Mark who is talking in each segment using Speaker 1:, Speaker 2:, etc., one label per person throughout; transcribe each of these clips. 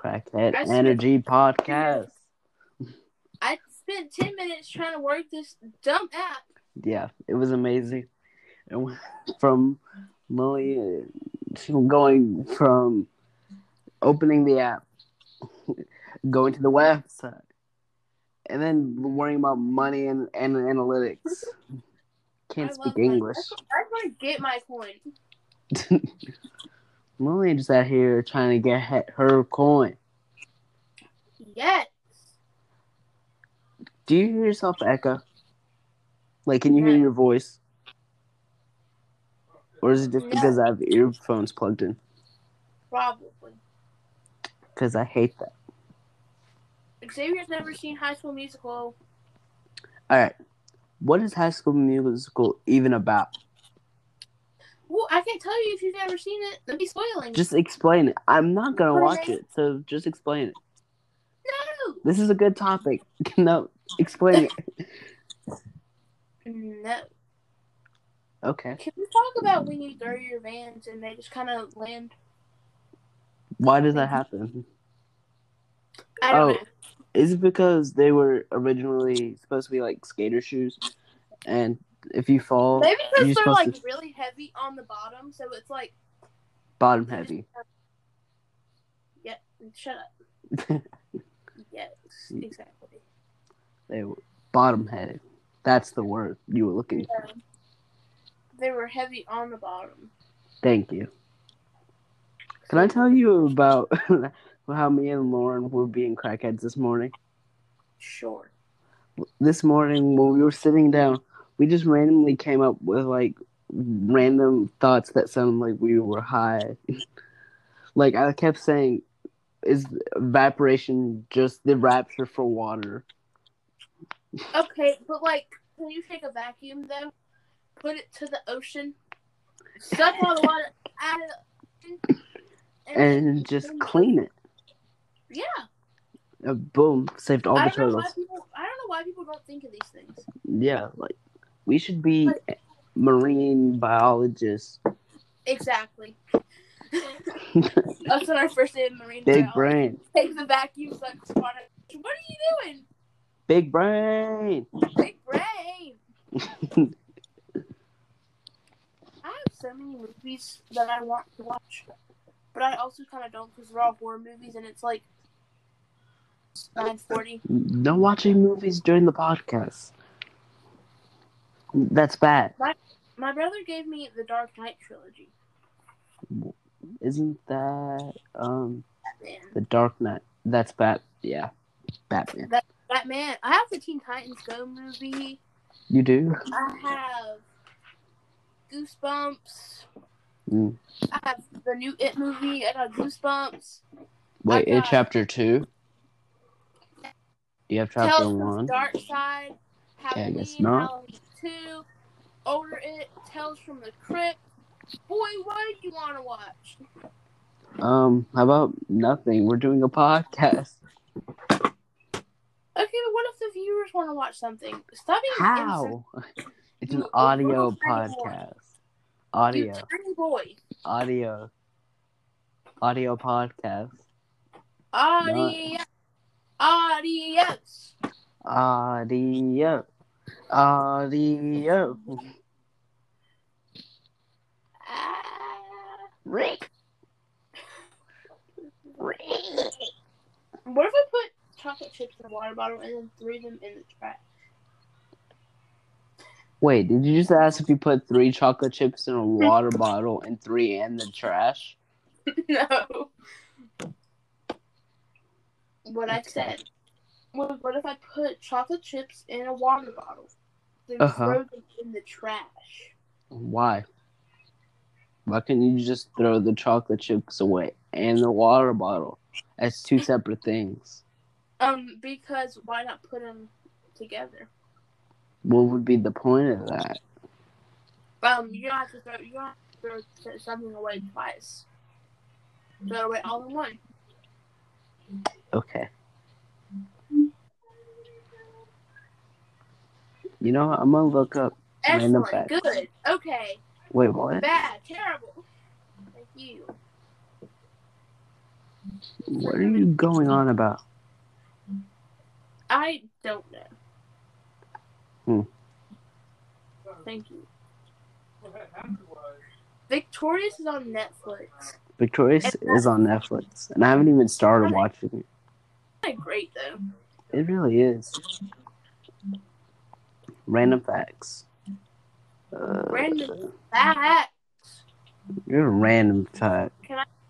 Speaker 1: Cat
Speaker 2: I spent-
Speaker 1: Energy Podcast.
Speaker 2: I spent 10 minutes trying to work this dumb app.
Speaker 1: Yeah, it was amazing. It went from Lily to going from opening the app, going to the website, and then worrying about money and, and analytics. Can't
Speaker 2: I
Speaker 1: speak
Speaker 2: love money.
Speaker 1: English.
Speaker 2: I want to get my coin.
Speaker 1: Lily just out here trying to get he- her coin.
Speaker 2: Yes.
Speaker 1: Do you hear yourself echo? Like, can you hear
Speaker 2: Yes.
Speaker 1: your voice? Or is it just
Speaker 2: No.
Speaker 1: because I have earphones plugged in?
Speaker 2: Probably.
Speaker 1: Because I hate that.
Speaker 2: Xavier's never seen High School Musical.
Speaker 1: All right. What is High School Musical even about?
Speaker 2: Well, I can't tell you if you've never seen it. That'd be spoiling.
Speaker 1: Just explain it. I'm not going to
Speaker 2: What
Speaker 1: watch
Speaker 2: is it?
Speaker 1: it, so just explain it.
Speaker 2: no.
Speaker 1: This is a good topic. no, explain it.
Speaker 2: No.
Speaker 1: Okay.
Speaker 2: Can we talk about when you throw your vans and they just kind of land?
Speaker 1: Why does that happen?
Speaker 2: I don't
Speaker 1: Oh.
Speaker 2: know.
Speaker 1: Is it because they were originally supposed to be like skater shoes? And if you fall,
Speaker 2: Maybe
Speaker 1: you're
Speaker 2: because they're
Speaker 1: supposed
Speaker 2: like really heavy on the bottom, so it's like
Speaker 1: bottom heavy.
Speaker 2: yeah. Shut up. yes,
Speaker 1: Mm.
Speaker 2: exactly.
Speaker 1: They were bottom headed. That's the word you were looking for.
Speaker 2: Yeah. They were heavy on the bottom.
Speaker 1: Thank you. Can I tell you about how me and Lauren were being crackheads this morning?
Speaker 2: Sure.
Speaker 1: This morning, when we were sitting down, we just randomly came up with like random thoughts that sounded like we were high. like, I kept saying, is evaporation just the rapture for water?
Speaker 2: Okay, but like when you take a vacuum though, put it to the ocean, suck all the water out of the ocean,
Speaker 1: And just clean it.
Speaker 2: yeah.
Speaker 1: Uh, boom, saved all
Speaker 2: I
Speaker 1: the
Speaker 2: don't know why
Speaker 1: turtles.
Speaker 2: people. I don't know why people don't think of these things.
Speaker 1: Yeah, like we should be marine biologists.
Speaker 2: Exactly. That's when I first did marine
Speaker 1: Big
Speaker 2: biology.
Speaker 1: brain.
Speaker 2: Take the vacuum, suck the water. What are you doing?
Speaker 1: Big brain.
Speaker 2: Big brain. I have so many movies that I want to watch, but I also kind of don't because they're all horror movies, and it's like nine forty.
Speaker 1: No watching movies during the podcast. That's bad.
Speaker 2: My brother gave me the Dark Knight trilogy.
Speaker 1: Isn't that um
Speaker 2: Batman.
Speaker 1: the Dark Knight? That's bad. Yeah. Batman.
Speaker 2: Batman. I have the Teen Titans Go movie.
Speaker 1: You do?
Speaker 2: I have Goosebumps.
Speaker 1: Mm.
Speaker 2: I have the new It movie. I got Goosebumps.
Speaker 1: Wait, in
Speaker 2: got-
Speaker 1: chapter two? Do you have chapter
Speaker 2: Tales from
Speaker 1: one?
Speaker 2: the Dark Side. Halloween,
Speaker 1: guess not.
Speaker 2: Halloween Two. Older It. Tales from the Crypt. Boy, what did you want to watch?
Speaker 1: Um, how about nothing? We're doing a podcast.
Speaker 2: Okay, but what if the viewers want to watch something? Stop being innocent,
Speaker 1: How? It's
Speaker 2: You
Speaker 1: an
Speaker 2: little
Speaker 1: audio
Speaker 2: tiny boy.
Speaker 1: podcast.
Speaker 2: You
Speaker 1: Audio.
Speaker 2: tiny boy.
Speaker 1: Audio. Audio podcast.
Speaker 2: Audience. Audience.
Speaker 1: Audio. Audio.
Speaker 2: Ah.
Speaker 1: Rick.
Speaker 2: What if I put chocolate chips in a water bottle and then threw them in the trash?
Speaker 1: Wait, did you just ask if you put three chocolate chips in a water bottle and three in the trash?
Speaker 2: no. What I said. What, what if I put chocolate chips in a water bottle, then
Speaker 1: Uh-huh.
Speaker 2: throw them in the trash?
Speaker 1: Why? Why couldn't you just throw the chocolate chips away and the water bottle as two separate things?
Speaker 2: Um, because why not put them together?
Speaker 1: What would be the point of that?
Speaker 2: Um, you don't have to throw you don't have to throw something away twice. Throw it away all in one.
Speaker 1: Okay. You know, what? I'm gonna look up. Random
Speaker 2: Excellent.
Speaker 1: facts.
Speaker 2: Good. Okay.
Speaker 1: Wait, what?
Speaker 2: Bad. Terrible. Thank you.
Speaker 1: What are you going on about?
Speaker 2: I don't
Speaker 1: Hmm.
Speaker 2: know. Thank you. Victorious is on Netflix.
Speaker 1: Victorious is on Netflix, and I haven't even started watching it.
Speaker 2: Kinda great though.
Speaker 1: It really is. Random facts. Uh,
Speaker 2: Random That
Speaker 1: You're a random fact.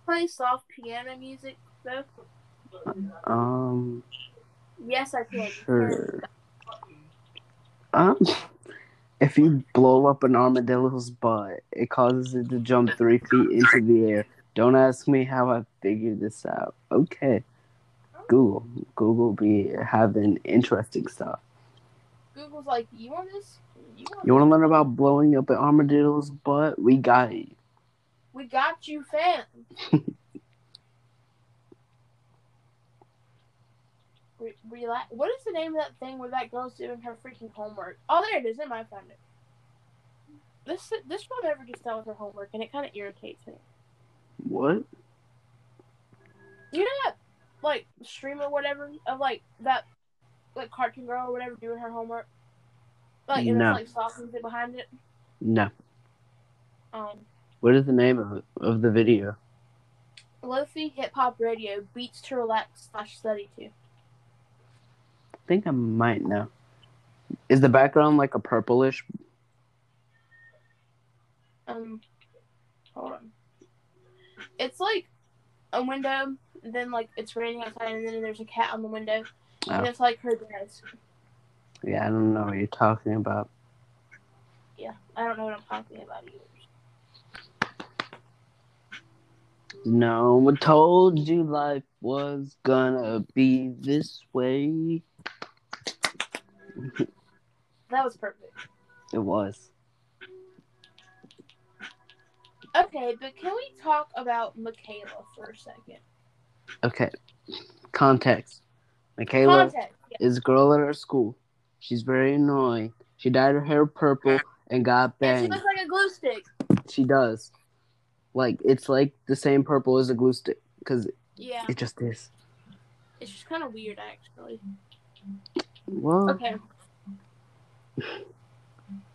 Speaker 2: play soft piano music though.
Speaker 1: Um,
Speaker 2: Yes, I can.
Speaker 1: sure. Um, if you blow up an armadillo's butt, it causes it to jump three feet into the air. Don't ask me how I figured this out. Okay. Google. Google be having interesting stuff.
Speaker 2: Google's like, you want this? You want
Speaker 1: You want to learn about blowing up an armadillo's butt? We got it.
Speaker 2: We got you, fam. Re- Relax. What is the name of that thing where that girl's doing her freaking homework? Oh, there it is. It might find it. This this girl never gets done with her homework, and it kind of irritates me.
Speaker 1: What?
Speaker 2: You know that like stream or whatever of like that like cartoon girl or whatever doing her homework, like and
Speaker 1: No.
Speaker 2: there's like soft music behind it.
Speaker 1: No.
Speaker 2: Um,
Speaker 1: What is the name of of the video?
Speaker 2: Lofi Hip Hop Radio beats to relax slash study to.
Speaker 1: I think I might know. Is the background like a purplish?
Speaker 2: Um, hold on. It's like a window, and then like it's raining outside, and then there's a cat on the window, and
Speaker 1: Oh.
Speaker 2: it's like her dad's.
Speaker 1: Yeah, I don't know what you're talking about.
Speaker 2: Yeah, I don't know what I'm talking about either.
Speaker 1: No one told you life was gonna be this way.
Speaker 2: That was perfect.
Speaker 1: It was.
Speaker 2: Okay, but can we talk about Michaela for a second?
Speaker 1: Okay. Context. Michaela
Speaker 2: Context. Yeah.
Speaker 1: is a girl at our school. She's very annoying. She dyed her hair purple and got
Speaker 2: And she
Speaker 1: banged.
Speaker 2: looks like a glue stick.
Speaker 1: She does. Like it's like the same purple as a glue stick because
Speaker 2: Yeah,
Speaker 1: it just is.
Speaker 2: it's just kind of weird actually.
Speaker 1: Well,
Speaker 2: Okay.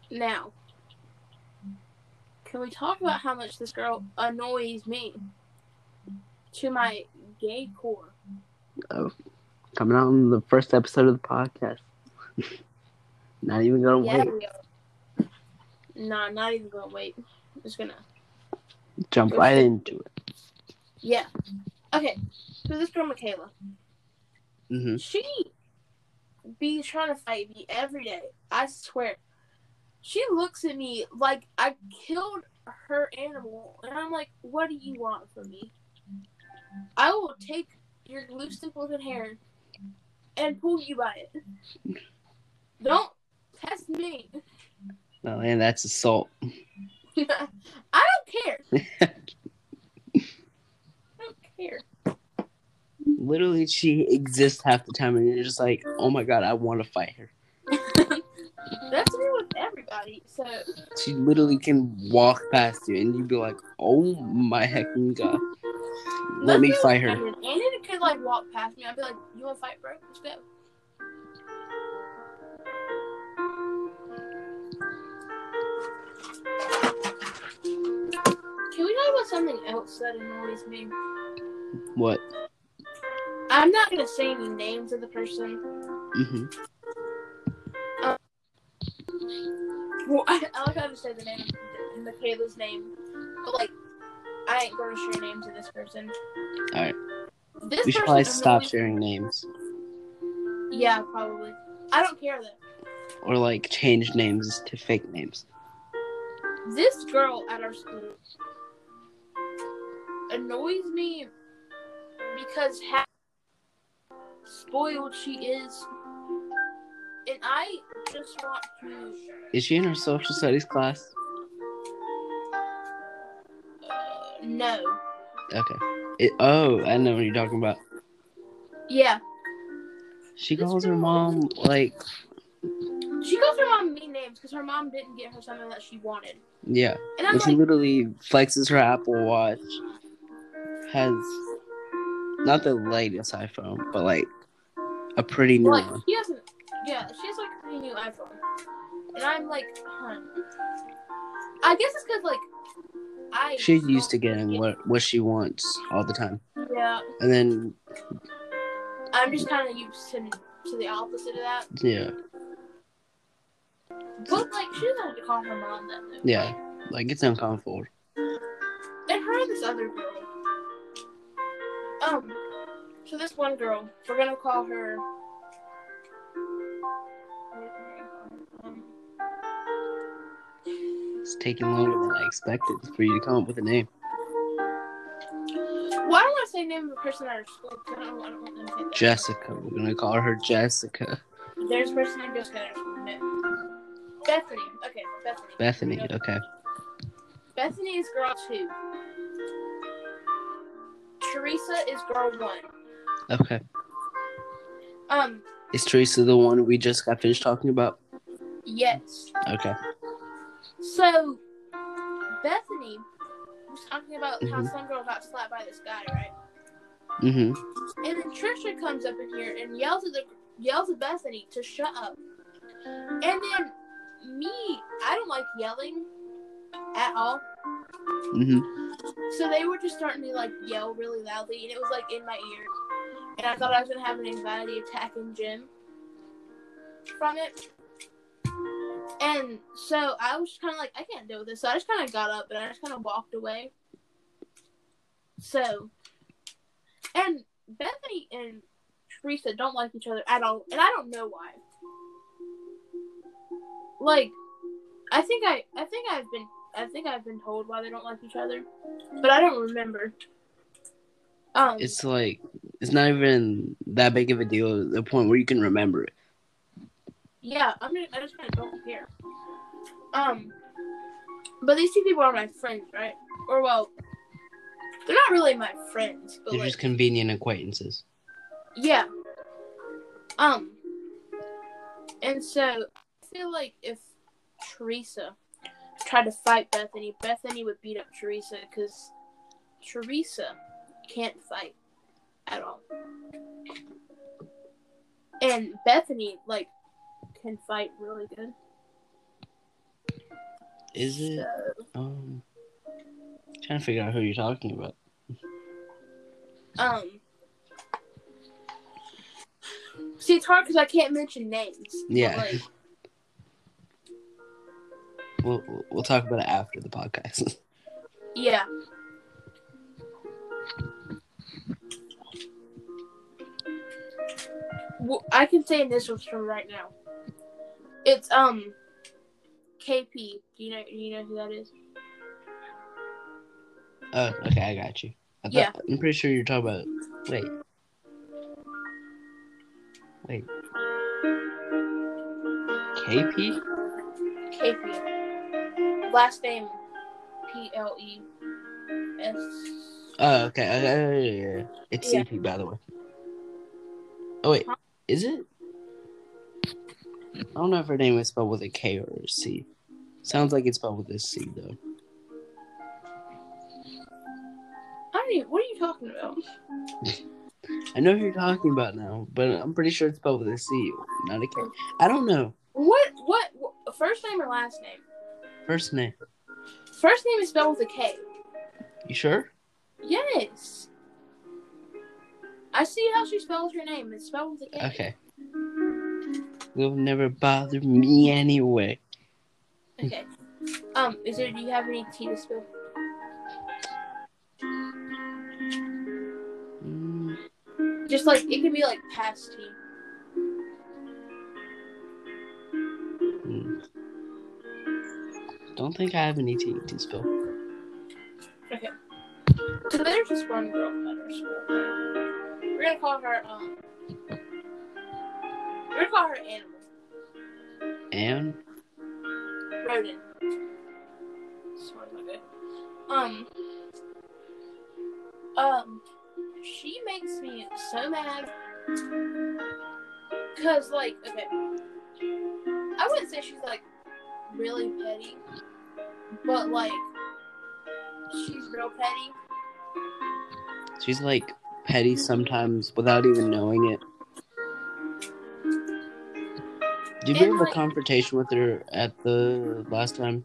Speaker 2: Now, can we talk about how much this girl annoys me to my gay core?
Speaker 1: coming out on the first episode of the podcast. Not even gonna
Speaker 2: Yeah,
Speaker 1: wait.
Speaker 2: we are. Nah, not even gonna wait. Just gonna.
Speaker 1: Jump
Speaker 2: Go
Speaker 1: right
Speaker 2: ahead.
Speaker 1: into it.
Speaker 2: Yeah. Okay. So this girl, Michaela,
Speaker 1: Mm-hmm.
Speaker 2: she be trying to fight me every day. I swear. She looks at me like I killed her animal, and I'm like, "What do you want from me? I will take your glue stick looking hair and pull you by it. Don't test me.
Speaker 1: Oh, man, that's assault.
Speaker 2: I don't care. I don't care.
Speaker 1: Literally, she exists half the time, and you're just like, oh my god, I want to fight her.
Speaker 2: That's me with everybody. So
Speaker 1: She literally can walk past you, and you'd be like, oh my heckin' god, let me
Speaker 2: Nothing
Speaker 1: fight
Speaker 2: I
Speaker 1: her.
Speaker 2: mean, And it could like walk past me. I'd be like, "You want to fight, bro? Let's go." Can we talk about something else that annoys me?
Speaker 1: What?
Speaker 2: I'm not gonna say any names of the person.
Speaker 1: hmm
Speaker 2: Well, I, I like how to say the name, Michaela's name, but like, I ain't gonna share names of this person.
Speaker 1: Alright.
Speaker 2: This
Speaker 1: We should
Speaker 2: person
Speaker 1: probably stop
Speaker 2: annoys-
Speaker 1: sharing names
Speaker 2: Yeah, probably. I don't care though.
Speaker 1: or like change names to fake names.
Speaker 2: this girl at our school annoys me because how spoiled she is, and I just want to.
Speaker 1: Is she in her social studies class?
Speaker 2: Uh, no.
Speaker 1: Okay. It, oh, I know what you're talking about.
Speaker 2: Yeah.
Speaker 1: She calls her mom like,
Speaker 2: She calls her mom mean names because her mom didn't get her something that she wanted,
Speaker 1: yeah.
Speaker 2: and I'm
Speaker 1: And she
Speaker 2: like,
Speaker 1: literally flexes her Apple Watch, has not the latest iPhone, but like a pretty new
Speaker 2: like
Speaker 1: one.
Speaker 2: she has an yeah, she has like a pretty new iPhone, and I'm like, huh. I guess it's because like I
Speaker 1: She's
Speaker 2: don't
Speaker 1: used to getting
Speaker 2: get-
Speaker 1: what what she wants all the time,
Speaker 2: Yeah,
Speaker 1: and then
Speaker 2: I'm just kind of used to to the opposite of that.
Speaker 1: yeah,
Speaker 2: But like she doesn't have to call her mom that. much.
Speaker 1: yeah, like it's uncomfortable.
Speaker 2: and her and this other girl. Um, so this one girl, we're gonna call her. Um,
Speaker 1: It's taking longer than I expected for you to come up with a name.
Speaker 2: Well, I don't want to say name of a person at our school. 'cause I don't, I don't want them to get that.
Speaker 1: Jessica. We're gonna call her Jessica.
Speaker 2: There's a person named Jessica at our school. No. Bethany. Okay, Bethany.
Speaker 1: Bethany. Okay.
Speaker 2: Bethany is girl two. Teresa is girl one.
Speaker 1: Okay.
Speaker 2: Um,
Speaker 1: Is Teresa the one we just got finished talking about?
Speaker 2: yes.
Speaker 1: Okay.
Speaker 2: So, Bethany was talking about how some girl got slapped by this guy, right?
Speaker 1: Mm-hmm.
Speaker 2: And then Trisha comes up in here and yells at the yells at Bethany to shut up. And then me, I don't like yelling at all.
Speaker 1: Mm-hmm.
Speaker 2: So they were just starting to like yell really loudly, and it was like in my ear. And I thought I was gonna have an anxiety attack in gym from it. And so I was kind of like, I can't deal with this. So I just kind of got up and I just kind of walked away. So, and Bethany and Teresa don't like each other at all, and I don't know why. Like, I think I, I think I've been, I think I've been told why they don't like each other but I don't remember. Um,
Speaker 1: It's like it's not even that big of a deal. at The point where you can remember it.
Speaker 2: yeah, I'm just, I just kind of don't care. Um, but these two people are my friends, right? Or well, they're not really my friends, but
Speaker 1: They're
Speaker 2: like,
Speaker 1: just convenient acquaintances.
Speaker 2: yeah. Um, and so I feel like if Teresa tried to fight Bethany, Bethany would beat up Teresa because Teresa can't fight at all. And Bethany, like, can fight really good.
Speaker 1: Is it? Um, trying to figure out who you're talking about.
Speaker 2: Um, see, it's hard because I can't mention names. but,
Speaker 1: Yeah.
Speaker 2: like,
Speaker 1: We'll we'll talk about it after the podcast.
Speaker 2: yeah. Well, I can say initials from right now. It's um, KP. Do you know? Do you know who that is?
Speaker 1: oh, okay. I got you. I thought,
Speaker 2: Yeah.
Speaker 1: I'm pretty sure you're talking about. Wait. Wait. KP.
Speaker 2: KP. Last name P L E S.
Speaker 1: Oh, okay. Uh, yeah, yeah, yeah. It's
Speaker 2: Yeah.
Speaker 1: CP, by the way. Oh, wait.
Speaker 2: Huh?
Speaker 1: Is it? I don't know if her name is spelled with a K or a C. Sounds like it's spelled with a C, though.
Speaker 2: I don't even. What are you talking about?
Speaker 1: I know who you're talking about now, but I'm pretty sure it's spelled with a C, not a K. I don't know.
Speaker 2: What? What? what first name or last name?
Speaker 1: First name.
Speaker 2: First name is spelled with a K.
Speaker 1: You sure?
Speaker 2: Yes. I see how she spells her name. It's spelled with a K.
Speaker 1: Okay. Will never bother me anyway.
Speaker 2: Okay. Um, is there? Do you have any tea to spill?
Speaker 1: Mm,
Speaker 2: Just like it can be like past tea.
Speaker 1: mm. Don't think I have any T to spell.
Speaker 2: So there's this one girl at our school. We're gonna call her um. We're gonna call her Animal.
Speaker 1: And
Speaker 2: Rodin. This one's not good. Um. Um. She makes me so mad. Cause like, okay, I wouldn't say she's like really petty, but like she's real petty.
Speaker 1: she's like petty sometimes without even knowing it. Did we
Speaker 2: And,
Speaker 1: have
Speaker 2: like-
Speaker 1: a confrontation with her at the last time?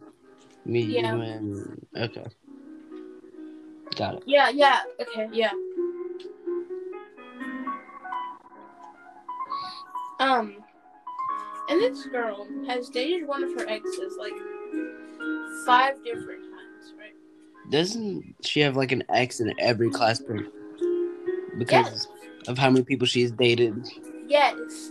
Speaker 1: Me,
Speaker 2: Yeah.
Speaker 1: you, and okay, got it.
Speaker 2: Yeah, yeah, okay, yeah. Um, and this girl has dated one of her exes like five different times, right?
Speaker 1: Doesn't she have like an ex in every class group because of how many people she's dated?
Speaker 2: Yes.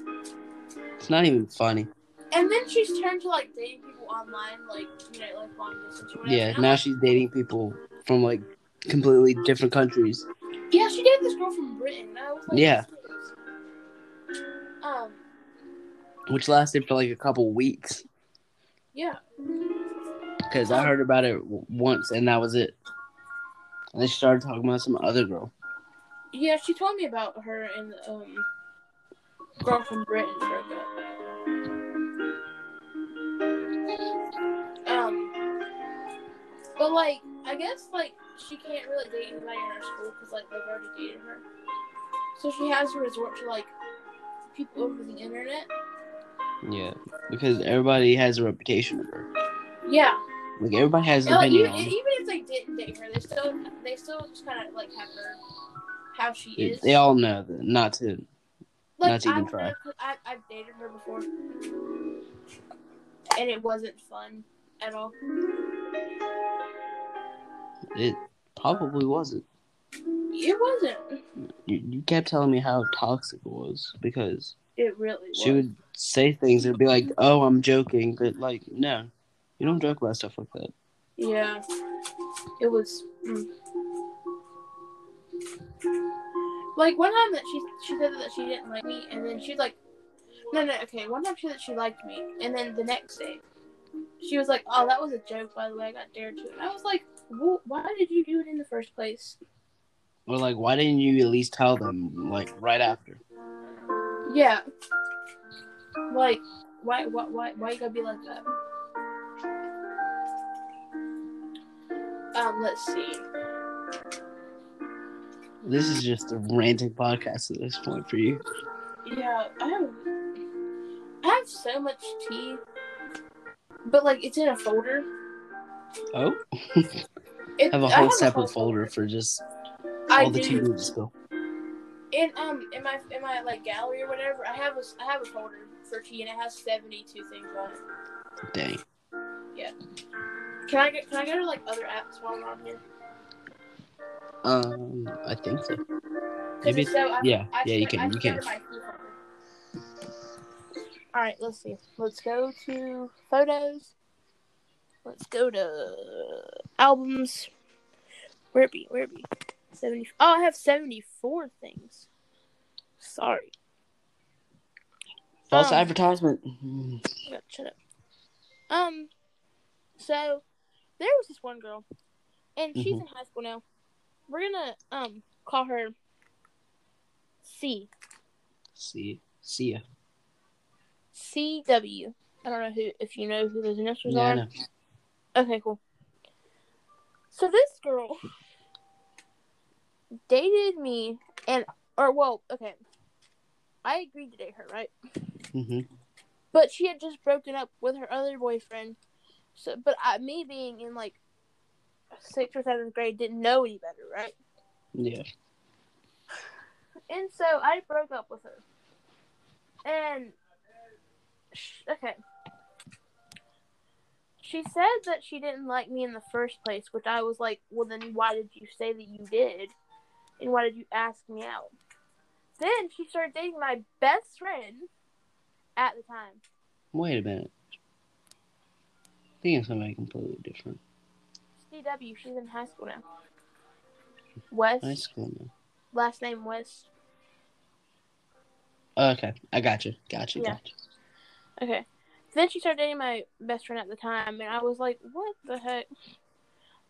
Speaker 1: It's not even funny.
Speaker 2: And then she's turned to like dating people online, like you know, like long distance or whatever.
Speaker 1: Yeah,
Speaker 2: And I'm
Speaker 1: now
Speaker 2: like,
Speaker 1: she's dating people from like completely different countries.
Speaker 2: yeah, she dated this girl from Britain. And I was like,
Speaker 1: Yeah.
Speaker 2: Um.
Speaker 1: which lasted for like a couple weeks
Speaker 2: Yeah.
Speaker 1: because I heard about it w- once and that was it. And then she started talking about some other girl.
Speaker 2: Yeah, she told me about her and um girl from Britain broke up. Um, but like, I guess like she can't really date anybody in her school because like they've already dated her, so she has to resort to like people over the internet.
Speaker 1: Yeah, because everybody has a reputation of her.
Speaker 2: Yeah,
Speaker 1: Like everybody has an
Speaker 2: and, like
Speaker 1: opinion
Speaker 2: even,
Speaker 1: on
Speaker 2: even if they didn't date her, they still they still just kind of like have her how she
Speaker 1: her.
Speaker 2: is.
Speaker 1: They all know that not to.
Speaker 2: Like,
Speaker 1: Not to even
Speaker 2: I,
Speaker 1: try.
Speaker 2: I, I've dated her before, and it wasn't fun at all.
Speaker 1: It probably wasn't.
Speaker 2: It wasn't.
Speaker 1: You, you kept telling me how toxic it was because
Speaker 2: It really was.
Speaker 1: she would say things and be like, "Oh, I'm joking," but like, no, you don't joke about stuff like that.
Speaker 2: Yeah. It was. mm. Like one time that she she said that she didn't like me, and then she's like, no no okay. One time she said that she liked me, and then the next day, she was like, oh that was a joke by the way. I got dared to, and I was like, well, why did you do it in the first place?
Speaker 1: Or like, why didn't you at least tell them like right after?
Speaker 2: Yeah. Like, why, why, why, why you gotta be like that? Um, let's see.
Speaker 1: This is just a ranting podcast at this point for you.
Speaker 2: Yeah, I have, I have so much tea, but like it's in a folder.
Speaker 1: Oh,
Speaker 2: It,
Speaker 1: have a
Speaker 2: I
Speaker 1: whole
Speaker 2: have
Speaker 1: separate
Speaker 2: whole
Speaker 1: folder for just
Speaker 2: I
Speaker 1: all the tea
Speaker 2: do.
Speaker 1: you need to spill.
Speaker 2: In um, in my in my like gallery or whatever, I have a s- I have a folder for tea, and it has seventy two things on it.
Speaker 1: Dang.
Speaker 2: Can I get can I go to like other apps while I'm on here?
Speaker 1: Um, I think so.
Speaker 2: 'Cause
Speaker 1: Maybe.
Speaker 2: it's so- I-
Speaker 1: yeah,
Speaker 2: I
Speaker 1: yeah, you
Speaker 2: spread-
Speaker 1: can,
Speaker 2: I
Speaker 1: you can.
Speaker 2: spread my feet. All right, let's see. Let's go to photos. Let's go to albums. Where it be? Where it be? Seventy. Oh, I have seventy-four things. Sorry.
Speaker 1: False
Speaker 2: um,
Speaker 1: advertisement. Mm-hmm.
Speaker 2: Shut up, Shut up. Um. So there was this one girl, and she's
Speaker 1: Mm-hmm.
Speaker 2: in high school now. We're gonna um call her C.
Speaker 1: See, see ya.
Speaker 2: CW. I don't know who if you know who those initials
Speaker 1: Yeah, I
Speaker 2: are.
Speaker 1: know.
Speaker 2: Okay, cool. So this girl dated me and or well, okay. I agreed to date her, right?
Speaker 1: hmm
Speaker 2: But she had just broken up with her other boyfriend. So but I me being in like sixth or seventh grade didn't know any better, right?
Speaker 1: Yeah.
Speaker 2: And so I broke up with her. And sh- okay. She said that she didn't like me in the first place, which I was like, well, then why did you say that you did? And why did you ask me out? Then she started dating my best friend at the time.
Speaker 1: Wait a minute. I think it's somebody completely different.
Speaker 2: CW, she's in high school now.
Speaker 1: High
Speaker 2: West,
Speaker 1: school now.
Speaker 2: last name West.
Speaker 1: okay, I gotcha, gotcha,
Speaker 2: Yeah.
Speaker 1: gotcha.
Speaker 2: Okay. Then she started dating my best friend at the time, and I was like, "What the heck?"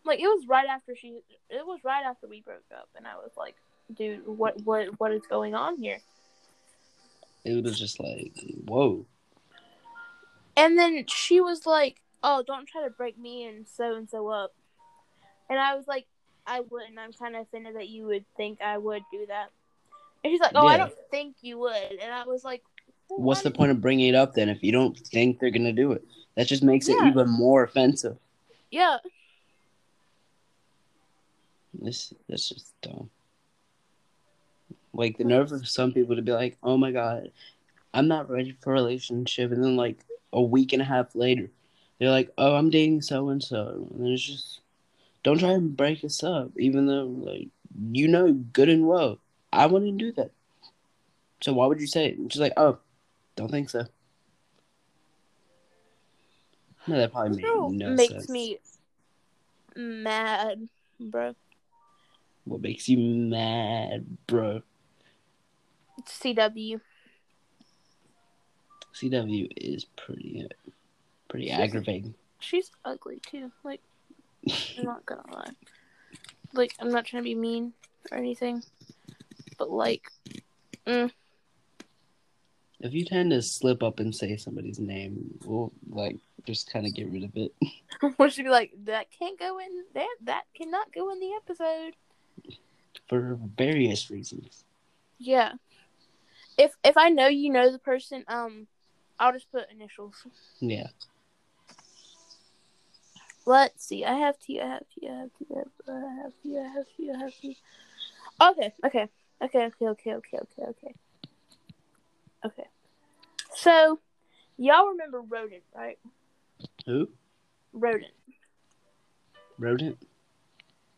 Speaker 2: Like it was right after she, it was right after we broke up, and I was like, "Dude, what, what, what is going on here?"
Speaker 1: It was just like, whoa.
Speaker 2: And then she was like, "Oh, don't try to break me and so and so up," and I was like, I wouldn't. I'm kind of offended that you would think I would do that. And she's like, oh, I
Speaker 1: Yeah.
Speaker 2: don't think you would. And I was like, well,
Speaker 1: What's
Speaker 2: why
Speaker 1: the
Speaker 2: do
Speaker 1: point of bringing it up then if you don't think they're gonna do it? That just makes
Speaker 2: Yeah.
Speaker 1: it even more offensive.
Speaker 2: you-" Yeah.
Speaker 1: This that's just dumb. Like the nerve of some people to be like, "Oh my god, I'm not ready for a relationship," and then like a week and a half later, they're like, "Oh, I'm dating so and so," and it's just, don't try and break us up, even though like you know good and well, I wouldn't do that. So why would you say it? She's like, "Oh, don't think so." No, that probably made
Speaker 2: Still
Speaker 1: no
Speaker 2: makes
Speaker 1: sense.
Speaker 2: me mad, bro.
Speaker 1: What makes you mad, bro?
Speaker 2: CW.
Speaker 1: CW is pretty uh, pretty aggravating.
Speaker 2: She's ugly too. Like, I'm not gonna lie. Like, I'm not trying to be mean or anything, but like,
Speaker 1: If you tend to slip up and say somebody's name, we'll like just kind of get rid of it.
Speaker 2: we should be like, that can't go in there. That cannot go in the episode.
Speaker 1: for various reasons.
Speaker 2: Yeah. If if I know you know the person, um, I'll just put initials.
Speaker 1: Yeah.
Speaker 2: Let's see. I have T. I have T. I have T. I have T. I have T. I have T. I have T. Okay. Okay. Okay. Okay. Okay. Okay. Okay. Okay. Okay. So, y'all remember Rodent, right?
Speaker 1: Who?
Speaker 2: Rodent.
Speaker 1: Rodent?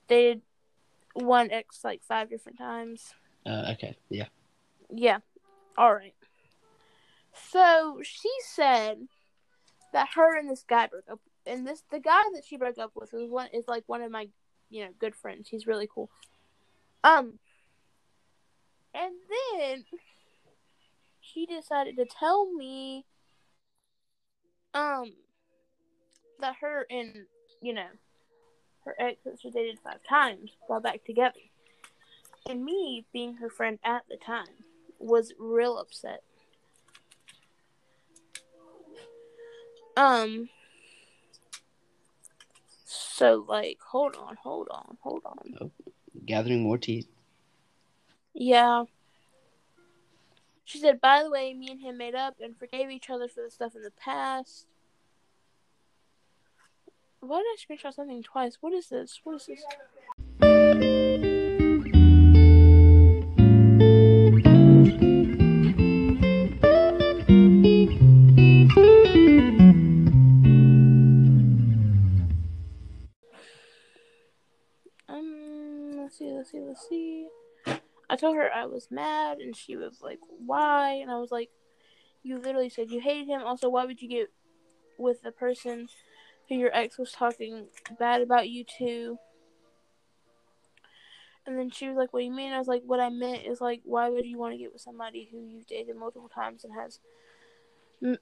Speaker 2: They did one X like five different times.
Speaker 1: Uh, okay. Yeah.
Speaker 2: Yeah. All right. So she said that her and this guy broke up, and this the guy that she broke up with was one is like one of my you know good friends. He's really cool. Um. And then she decided to tell me, um, that her and you know her ex that she dated five times while back together, and me being her friend at the time was real upset. Um. So like, hold on, hold on, hold on.
Speaker 1: Gathering more teeth.
Speaker 2: Yeah. She said, by the way, me and him made up and forgave each other for the stuff in the past. Why did I screenshot something twice? What is this? What is this? Um, let's see, let's see, let's see. I told her I was mad, and she was like, "Why?" And I was like, "You literally said you hated him. Also, why would you get with the person who your ex was talking bad about you to?" And then she was like, "What do you mean?" I was like, "What I meant is like, why would you want to get with somebody who you've dated multiple times and has, m-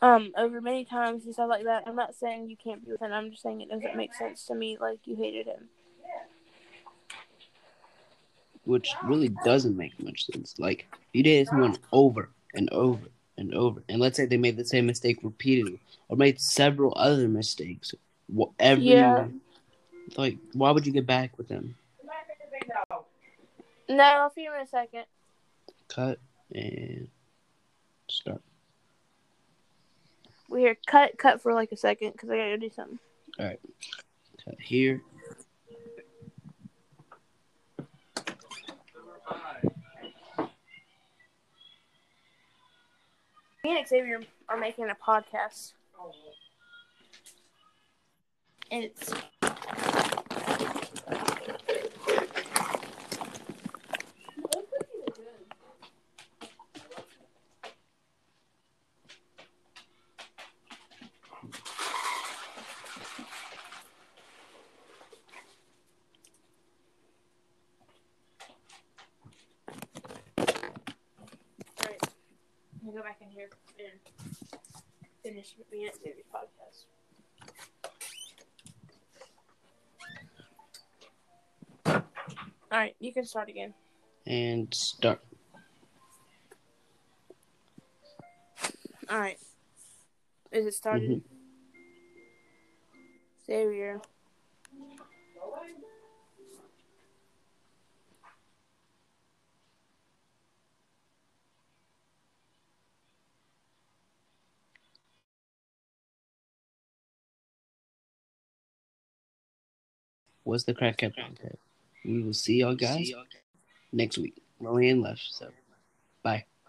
Speaker 2: um, over many times and stuff like that?" I'm not saying you can't be with him. I'm just saying it doesn't make sense to me. Like you hated him.
Speaker 1: which really doesn't make much sense. Like you dated someone over and over and over, and let's say they made the same mistake repeatedly, or made several other mistakes. wh- Every
Speaker 2: Yeah.
Speaker 1: like, why would you get back with them?
Speaker 2: No, I'll see you in a second.
Speaker 1: Cut and start.
Speaker 2: We hear cut, cut for like a second because I gotta go do something.
Speaker 1: Cut here.
Speaker 2: Me and Xavier are making a podcast. And it's. Alright. I'm gonna go back in here and finish me and Xavier's podcast. Alright, you can start again.
Speaker 1: and start.
Speaker 2: Alright. Is it started? Xavier.
Speaker 1: was the crack up contact. We will see y'all guys next week. Lillian left, so bye.